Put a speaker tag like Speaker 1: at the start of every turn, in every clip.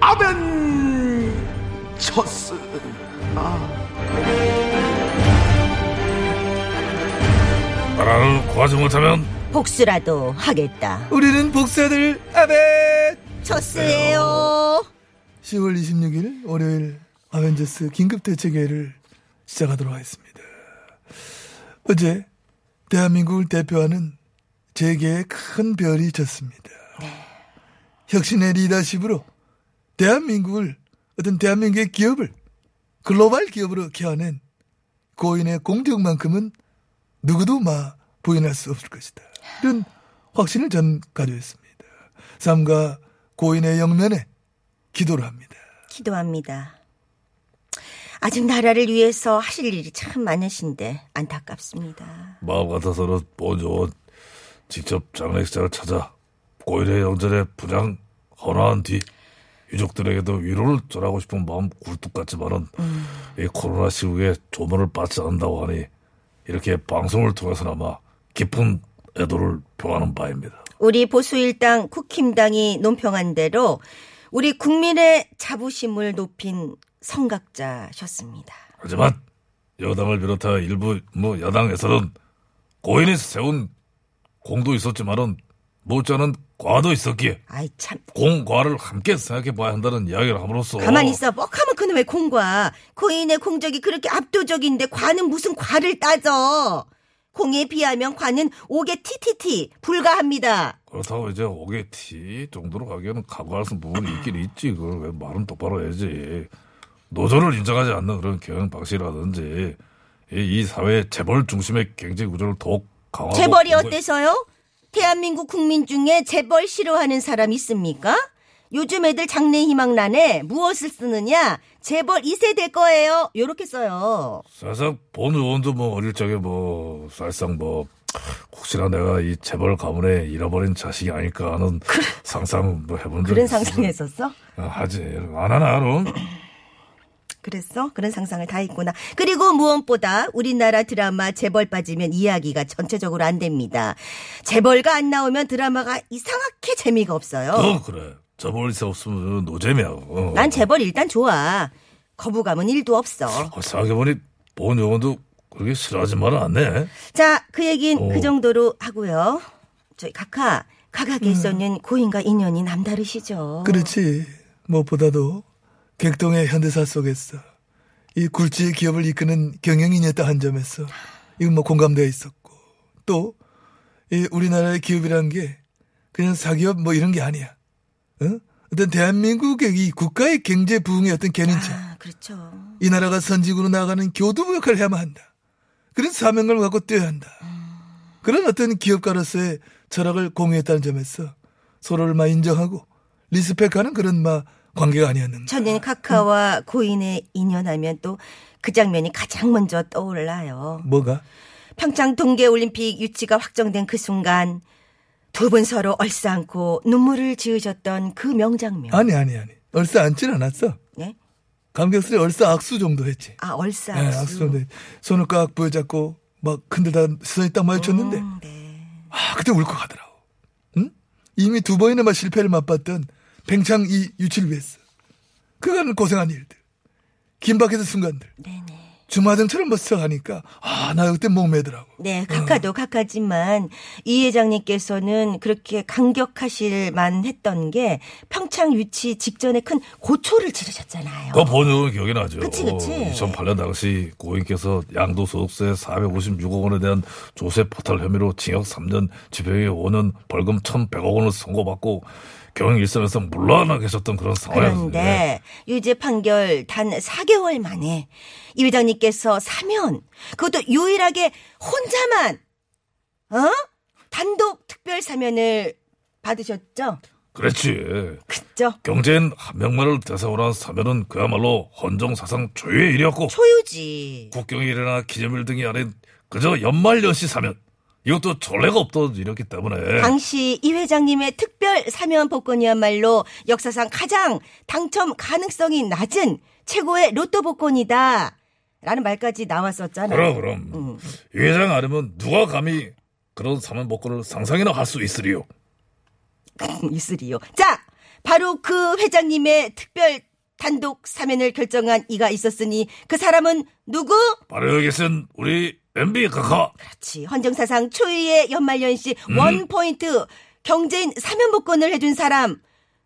Speaker 1: 아벤처스.
Speaker 2: 나라를 구하지 못하면
Speaker 3: 복수라도 하겠다.
Speaker 4: 우리는 복사들 아벤
Speaker 3: 쳤어요.
Speaker 4: 10월 26일 월요일 아벤져스 긴급대책회의를 시작하도록 하겠습니다 어제 대한민국을 대표하는 재계의 큰 별이 졌습니다 혁신의 리더십으로 대한민국을 어떤 대한민국의 기업을 글로벌 기업으로 키워낸 고인의 공적만큼은 누구도 막 부인할 수 없을 것이다. 이런 확신을 전 가져있습니다. 삼가 고인의 영면에 기도를 합니다.
Speaker 3: 기도합니다. 아직 나라를 위해서 하실 일이 참 많으신데 안타깝습니다.
Speaker 2: 마음 같아서는 먼저 직접 장례식장을 찾아 고인의 영전에 분양 헌화한 뒤 유족들에게도 위로를 전하고 싶은 마음 굴뚝 같지만은 이 코로나 시국에 조문을 받지 않는다고 하니 이렇게 방송을 통해서나마 깊은 애도를 표하는 바입니다.
Speaker 3: 우리 보수일당 국힘당이 논평한 대로 우리 국민의 자부심을 높인 성각자셨습니다.
Speaker 2: 하지만 여당을 비롯하여 일부 뭐 야당에서는 고인이 세운 공도 있었지만은 못지않은 과도 있었기에
Speaker 3: 아이 참.
Speaker 2: 공과를 함께 생각해 봐야 한다는 이야기를 함으로써
Speaker 3: 가만히 있어. 뻑하면 그놈의 공과. 고인의 공적이 그렇게 압도적인데 과는 무슨 과를 따져. 공에 비하면 과는 5개 TTT 불가합니다.
Speaker 2: 그렇다고 이제 5개티 정도로 가기에는 각오할 수 부분이 있긴 있지 그걸 왜 말은 똑바로 해야지 노조를 인정하지 않는 그런 경영 방식이라든지 이, 이 사회의 재벌 중심의 경제 구조를 더욱 강화하고
Speaker 3: 재벌이
Speaker 2: 공부해-
Speaker 3: 어때서요? 대한민국 국민 중에 재벌 싫어하는 사람 있습니까? 요즘 애들 장래 희망란에 무엇을 쓰느냐? 재벌 2세 될 거예요. 요렇게 써요.
Speaker 2: 사실상 본 의원도 뭐 어릴 적에 뭐 사실상 뭐 혹시나 내가 이 재벌 가문에 잃어버린 자식이 아닐까 하는 상상 뭐 해본 적
Speaker 3: 그 그런
Speaker 2: 있으면-
Speaker 3: 상상했었어?
Speaker 2: 아, 하지 안 하나 그럼
Speaker 3: 그랬어? 그런 상상을 다 했구나. 그리고 무엇보다 우리나라 드라마 재벌 빠지면 이야기가 전체적으로 안 됩니다. 재벌가 안 나오면 드라마가 이상하게 재미가 없어요.
Speaker 2: 어 그래 재벌이 없으면 노잼이야 어.
Speaker 3: 난 재벌 일단 좋아. 거부감은 1도 없어.
Speaker 2: 아, 생각해보니 본 영혼도 그렇게 싫어하지 말아 않네.
Speaker 3: 자, 그 얘긴
Speaker 2: 오.
Speaker 3: 그 정도로 하고요. 저희 각하, 각하께서는 고인과 인연이 남다르시죠.
Speaker 4: 음. 그렇지. 무엇보다도 객동의 현대사 속에서 이 굴지의 기업을 이끄는 경영인이었다 한 점에서 이건 뭐 공감되어 있었고 또 이 우리나라의 기업이라는 게 그냥 사기업 뭐 이런 게 아니야. 어? 어떤 대한민국의 이 국가의 경제 부흥의 어떤 견인체.
Speaker 3: 아, 그렇죠.
Speaker 4: 이 나라가 선진국으로 나아가는 교두부 역할을 해야만 한다. 그런 사명감을 갖고 뛰어야 한다. 그런 어떤 기업가로서의 철학을 공유했다는 점에서 서로를 막 인정하고 리스펙하는 그런 막 관계가 아니었는가.
Speaker 3: 저는
Speaker 4: 음.
Speaker 3: 카카와 고인의 인연하면 또 그 장면이 가장 먼저 떠올라요.
Speaker 4: 뭐가?
Speaker 3: 평창 동계올림픽 유치가 확정된 그 순간 두 분 서로 얼싸안고 눈물을 지으셨던 그 명장면.
Speaker 4: 아니 아니 아니. 얼싸 앉진 않았어.
Speaker 3: 네?
Speaker 4: 감격스레 얼싸 악수 정도 했지.
Speaker 3: 아,
Speaker 4: 예,
Speaker 3: 얼싸.
Speaker 4: 악수 정도 했지. 손을 꽉 부여잡고 막 흔들다 시선이 딱 마주쳤는데 아, 그때 울컥하더라고. 응? 이미 두 번이나 막 실패를 맛봤던 팽창 이 유치를 위해서. 그간 고생한 일들. 긴박해진 순간들. 주마등처럼 뭐 스쳐가니까, 아, 나 그때 목매더라고.
Speaker 3: 네, 각하도 각하지만 이 회장님께서는 그렇게 강격하실 만했던 게 평창 유치 직전에 큰 고초를 치르셨잖아요.
Speaker 2: 그거 본 영혼 기억이 나죠.
Speaker 3: 어. 그치, 그치.
Speaker 2: 2008년 당시 고인께서 양도 소득세 456억 원에 대한 조세 포탈 혐의로 징역 3년, 집행유예 5년, 벌금 1,100억 원을 선고받고 경영 일선에서 물러나 계셨던 그런 상황이었는데
Speaker 3: 그런데 유죄 판결 단 4개월 만에 이 회장님께서 사면 그것도 유일하게 혼자만 어? 단독 특별 사면을 받으셨죠?
Speaker 2: 그렇지.
Speaker 3: 그죠?
Speaker 2: 경제인 한 명만을 대상으로 한 사면은 그야말로 헌정사상 초유의 일이었고
Speaker 3: 초유지.
Speaker 2: 국경의 일이나 기념일 등이 아닌 그저 연말 연시 사면 이것도 전례가 없던 일이었기 때문에
Speaker 3: 당시 이 회장님의 특별 사면 복권이야말로 역사상 가장 당첨 가능성이 낮은 최고의 로또 복권이다. 라는 말까지 나왔었잖아요.
Speaker 2: 그럼 그럼
Speaker 3: 음.
Speaker 2: 이 회장 아니면 누가 감히 그런 사면 복권을 상상이나 할 수 있으리요
Speaker 3: 있으리요. 자, 바로 그 회장님의 특별 단독 사면을 결정한 이가 있었으니 그 사람은 누구?
Speaker 2: 바로 여기 계신 우리 MB 카카
Speaker 3: 그렇지. 헌정사상 초유의 연말연시
Speaker 2: 음.
Speaker 3: 원포인트 경제인 사면 복권을 해준 사람.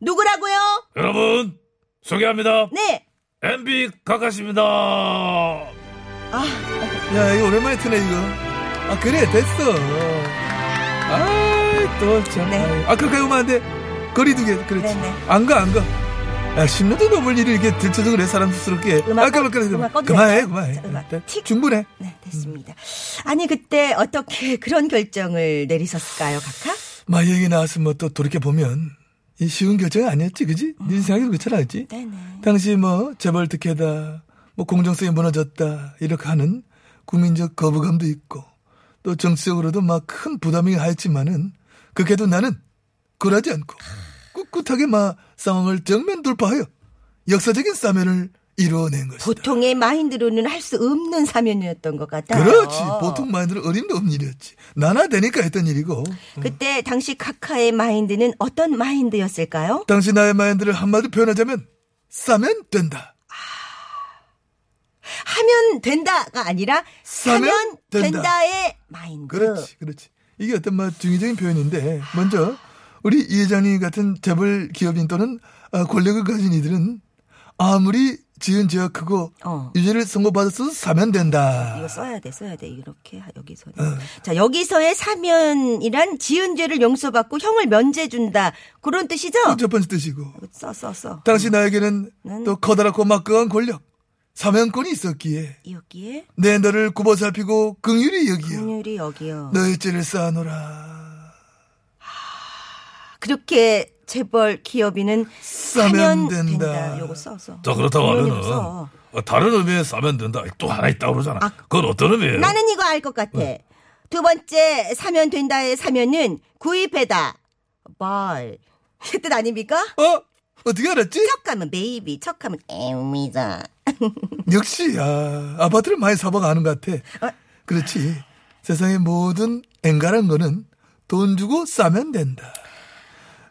Speaker 3: 누구라고요?
Speaker 2: 여러분 소개합니다
Speaker 3: 네.
Speaker 2: MB 카카십니다
Speaker 4: 야, 이거 오랜만에 트네, 이거. 아, 그래, 됐어. 아, 또, 참.
Speaker 3: 네.
Speaker 4: 아유. 아, 그렇게 오면 안 돼. 거리두기, 그렇지.
Speaker 3: 네, 네.
Speaker 4: 안 가, 안 가. 야, 10년도 넘을 일을 이렇게 들춰서 그래, 사람스럽게.
Speaker 3: 음악
Speaker 4: 아, 그만,
Speaker 3: 꺼-
Speaker 4: 그만,
Speaker 3: 음악
Speaker 4: 그만.
Speaker 3: 꺼도
Speaker 4: 그만해,
Speaker 3: 돼요?
Speaker 4: 그만해.
Speaker 3: 자, 음악
Speaker 4: 일단
Speaker 3: 틱.
Speaker 4: 충분해.
Speaker 3: 네, 됐습니다. 아니, 그때 어떻게 그런 결정을 내리셨을까요, 각하?
Speaker 4: 마, 이 얘기 나왔으면 또 돌이켜보면, 이 쉬운 결정이 아니었지, 그지? 네 생각에도 그렇잖아, 그지?
Speaker 3: 음. 네네.
Speaker 4: 당시 뭐, 재벌 특혜다, 뭐, 공정성이 무너졌다, 이렇게 하는 국민적 거부감도 있고, 또 정치적으로도 막 큰 부담이 하였지만은, 그게도 나는 굴하지 않고, 꿋꿋하게 막 상황을 정면 돌파하여 역사적인 싸면을 이루어낸 것이다.
Speaker 3: 보통의 마인드로는 할 수 없는 사면이었던 것 같아요.
Speaker 4: 그렇지. 보통 많이들 어림도 없는 일이었지. 나나 되니까 했던 일이고.
Speaker 3: 그때 당시 카카의 마인드는 어떤 마인드였을까요?
Speaker 4: 당시 나의 마인드를 한마디 표현하자면 싸면 된다.
Speaker 3: 하면 된다가 아니라 사면
Speaker 4: 사면 된다.
Speaker 3: 된다의 마인드.
Speaker 4: 그렇지, 그렇지. 이게 어떤 뭐 중의적인 표현인데 먼저 우리 이 회장님 같은 재벌 기업인 또는 아, 권력을 가진 이들은 아무리 지은 죄가 크고
Speaker 3: 어.
Speaker 4: 유죄를 선고받았어도 사면 된다.
Speaker 3: 이거 써야 돼, 써야 돼. 이렇게 하- 여기서. 자, 여기서의 사면이란 지은 죄를 용서받고 형을 면제해 준다. 그런 뜻이죠?
Speaker 4: 그첫 번째 뜻이고
Speaker 3: 써, 써, 써.
Speaker 4: 당시 나에게는
Speaker 3: 난-
Speaker 4: 또 커다랗고 막강한 권력 사면권이 있었기에
Speaker 3: 여기에
Speaker 4: 내 너를 굽어 살피고 긍휼히 여기어
Speaker 3: 확률이 여기요.
Speaker 4: 너의 죄를 쌓아놓라.
Speaker 3: 그렇게 재벌 기업인은 사면
Speaker 4: 사면 된다.
Speaker 3: 된다. 요거 써, 써.
Speaker 2: 자 그렇다고 하면은
Speaker 3: 없어.
Speaker 2: 어, 다른 의미의 싸면 된다 또 하나 있다고 그러잖아
Speaker 3: 아.
Speaker 2: 그건 어떤 의미예요?
Speaker 3: 나는 이거 알 것 같아. 두 번째 사면 된다의 사면은 구입해다. 말. 이 뜻 아닙니까?
Speaker 4: 어? 어떻게 알았지?
Speaker 3: 척하면 베이비, 척하면 애미자.
Speaker 4: 역시 아, 아파트를 많이 사봐가는 것 같아.
Speaker 3: 아.
Speaker 4: 그렇지. 세상의 모든 앵간한 거는 돈 주고 싸면 된다.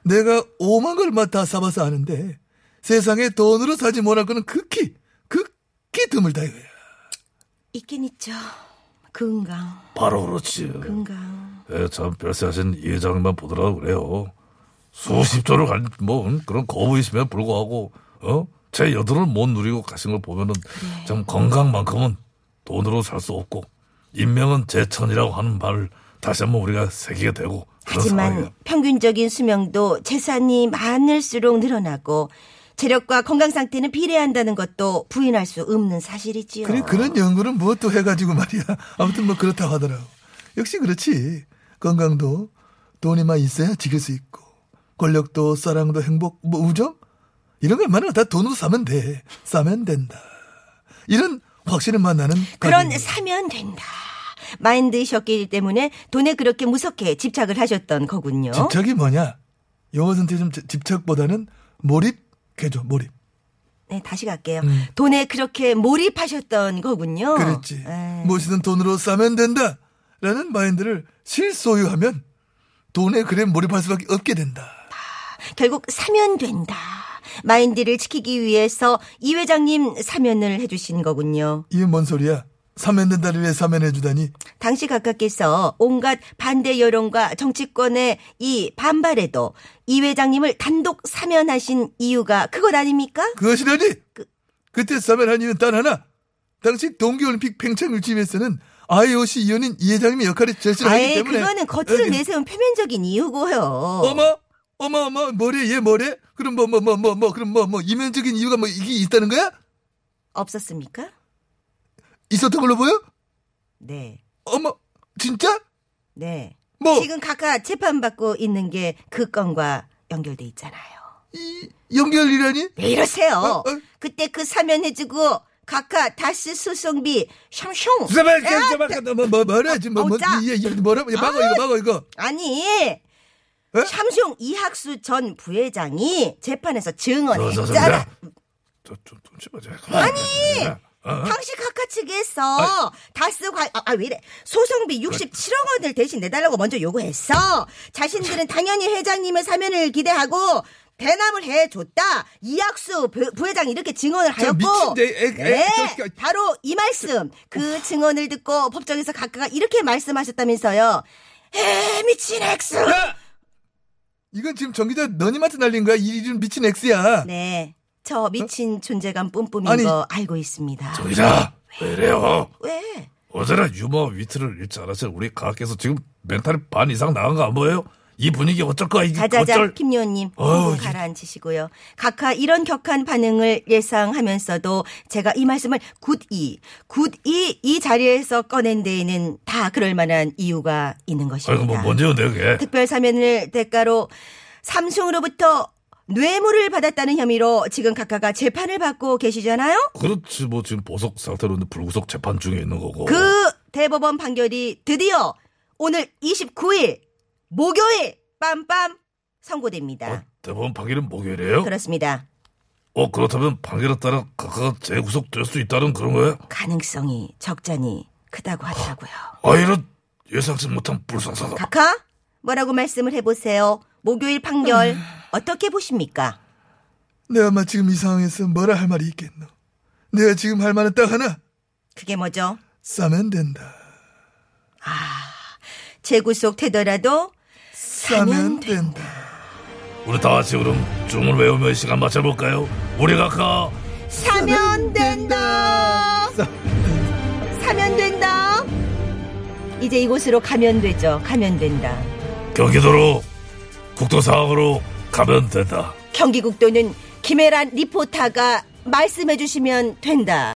Speaker 4: 내가 오만 걸 막 다 사봐서 아는데 세상에 돈으로 사지 못할 거는 극히 극히 드물다 이거야.
Speaker 3: 있긴 있죠. 건강,
Speaker 2: 바로 그렇지
Speaker 3: 건강.
Speaker 2: 예, 참 별세하신 이 회장만 보더라도 그래요. 수십 조를 간, 뭐, 음, 그런 거부이심에 불구하고, 어? 제 여도를 못 누리고 가신 걸 보면은,
Speaker 3: 네.
Speaker 2: 참 건강만큼은 돈으로 살 수 없고, 인명은 제천이라고 하는 말을 다시 한번 우리가 새기게 되고, 그런 상황이에요.
Speaker 3: 하지만 평균적인 수명도 재산이 많을수록 늘어나고 체력과 건강 상태는 비례한다는 것도 부인할 수 없는 사실이지요.
Speaker 4: 그래 그런 연구는 뭐 또 해가지고 말이야. 아무튼 뭐 그렇다고 하더라고. 역시 그렇지. 건강도 돈이만 있어야 지킬 수 있고 권력도 사랑도 행복 뭐 우정 이런 것만은 다 돈으로 사면 돼. 싸면 된다. 이런 확신을 만나는
Speaker 3: 그런 사면 된다. 마인드셨기 때문에 돈에 그렇게 무섭게 집착을 하셨던 거군요.
Speaker 4: 집착이 뭐냐? 영어 선택은 집착보다는 몰입 개조 몰입.
Speaker 3: 네, 다시 갈게요. 돈에 그렇게 몰입하셨던 거군요.
Speaker 4: 음.
Speaker 3: 네.
Speaker 4: 그렇지. 뭐-
Speaker 3: 에.
Speaker 4: 무엇이든 돈으로 싸면 된다. 라는 마인드를 실소유하면 돈에 그래 몰입할 수밖에 없게 된다.
Speaker 3: 결국 사면 된다. 마인드를 지키기 위해서 이 회장님 사면을 해주신 거군요.
Speaker 4: 이게 뭔 소리야? 사면 된다를 위해 사면해 주다니.
Speaker 3: 당시 각각께서 온갖 반대 여론과 정치권의 이 반발에도 이 회장님을 단독 사면하신 이유가 그것 아닙니까?
Speaker 4: 그것이라니! 그... 때 사면한 이유는 단 하나. 당시 동계올림픽 팽창유치위에서는 IOC 위원인 이 회장님의 역할이 절실하기
Speaker 3: 아예
Speaker 4: 때문에.
Speaker 3: 그거는 겉으로
Speaker 4: 여기-
Speaker 3: 내세운 표면적인 이유고요.
Speaker 4: 어머? 어머, 어머, 뭐래, 얘 뭐래? 그럼 뭐, 뭐, 뭐, 뭐, 뭐, 그럼 뭐, 뭐, 이면적인 이유가 뭐, 이게 있다는 거야?
Speaker 3: 없었습니까?
Speaker 4: 있었던 걸로 보여?
Speaker 3: 네.
Speaker 4: 어머, 진짜?
Speaker 3: 네.
Speaker 4: 뭐?
Speaker 3: 지금 각하 재판받고 있는 게 그 건과 연결돼 있잖아요.
Speaker 4: 이 연결이라니?
Speaker 3: 왜 이러세요?
Speaker 4: 어, 어.
Speaker 3: 그때 그 사면 해주고 각하 다시 수송비 샴숑.
Speaker 2: 잠깐만,
Speaker 3: 야,
Speaker 2: 잠깐만,
Speaker 4: 뭐, 뭐, 뭐라 지금 뭐, 뭐,
Speaker 3: 어짜.
Speaker 4: 이, 이, 뭐라 이거 막어 이거 막어 이거
Speaker 3: 아니
Speaker 4: 어?
Speaker 3: 샴숑 이학수 전 부회장이 재판에서
Speaker 2: 저, 저,
Speaker 3: 증언했잖아.
Speaker 2: 저, 좀, 좀 집어줘.
Speaker 3: 아니!
Speaker 2: 어?
Speaker 3: 당시 각하 측에서 다스 관, 아, 아, 왜 이래. 소송비 67억 원을 대신 내달라고 먼저 요구했어. 자신들은 당연히 회장님의 사면을 기대하고 대남을 해줬다. 이학수 부- 부회장이 이렇게 증언을
Speaker 4: 저
Speaker 3: 하였고.
Speaker 4: 미친 내 애- 애-
Speaker 3: 네,
Speaker 4: 저- 저-
Speaker 3: 바로 이 말씀. 그 증언을 듣고 법정에서 각하가 이렇게 말씀하셨다면서요. 에, 미친 액수!
Speaker 4: 이건 지금 정기자 너님한테 날린 거야 이 이름 미친 X야
Speaker 3: 네. 저 미친 존재감 뿜뿜인
Speaker 4: 어? 아니.
Speaker 3: 거 알고 있습니다.
Speaker 2: 저기자, 왜 이래요?
Speaker 3: 왜?
Speaker 2: 어제나 유머 위트를 잃지 않았어요. 우리 가학께서 지금 멘탈이 반 이상 나간 거 안 보여요? 이 분위기 어쩔 음, 거야, 이게
Speaker 3: 자자자
Speaker 2: 어쩔.
Speaker 3: 김요원님
Speaker 2: 어우,
Speaker 3: 호흡 가라앉히시고요. 각하 이런 격한 반응을 예상하면서도 제가 이 말씀을 굿이 굿이 이 자리에서 꺼낸 데에는 다 그럴 만한 이유가 있는 것입니다.
Speaker 2: 아이고, 뭐, 뭔지요, 내게.
Speaker 3: 특별 사면을 대가로 삼성으로부터 뇌물을 받았다는 혐의로 지금 각하가 재판을 받고 계시잖아요.
Speaker 2: 그렇지, 뭐, 지금 보석 상태로 있는 불구속 재판 중에 있는 거고.
Speaker 3: 그 대법원 판결이 드디어 오늘 29일 목요일 빰빰
Speaker 2: 어,
Speaker 3: 선고됩니다.
Speaker 2: 대법원 판결은 목요일이에요?
Speaker 3: 그렇습니다.
Speaker 2: 어, 그렇다면 판결에 따라 각하가 재구속될 수 있다는 그런 거예요?
Speaker 3: 가능성이 적잖이 크다고 하더라고요.
Speaker 2: 아, 이런 예상치 못한 불상사다.
Speaker 3: 각하 뭐라고 말씀을 해보세요. 목요일 판결 어떻게 보십니까?
Speaker 4: 내가 아마 지금 이 상황에서 뭐라 할 말이 있겠노 내가 지금 할 말은 딱 하나
Speaker 3: 그게 뭐죠?
Speaker 4: 싸면 된다
Speaker 3: 재구속 되더라도
Speaker 4: 싸면 된다
Speaker 2: 우리 다 같이 그럼 춤을 외우며 이 시간 맞춰볼까요? 우리 각하,
Speaker 3: 사면 된다. 사면 된다. 이제 이곳으로 가면 되죠. 가면 된다.
Speaker 2: 경기도로, 국도상으로 가면 된다.
Speaker 3: 경기국도는 김혜란 리포터가 말씀해 주시면 된다.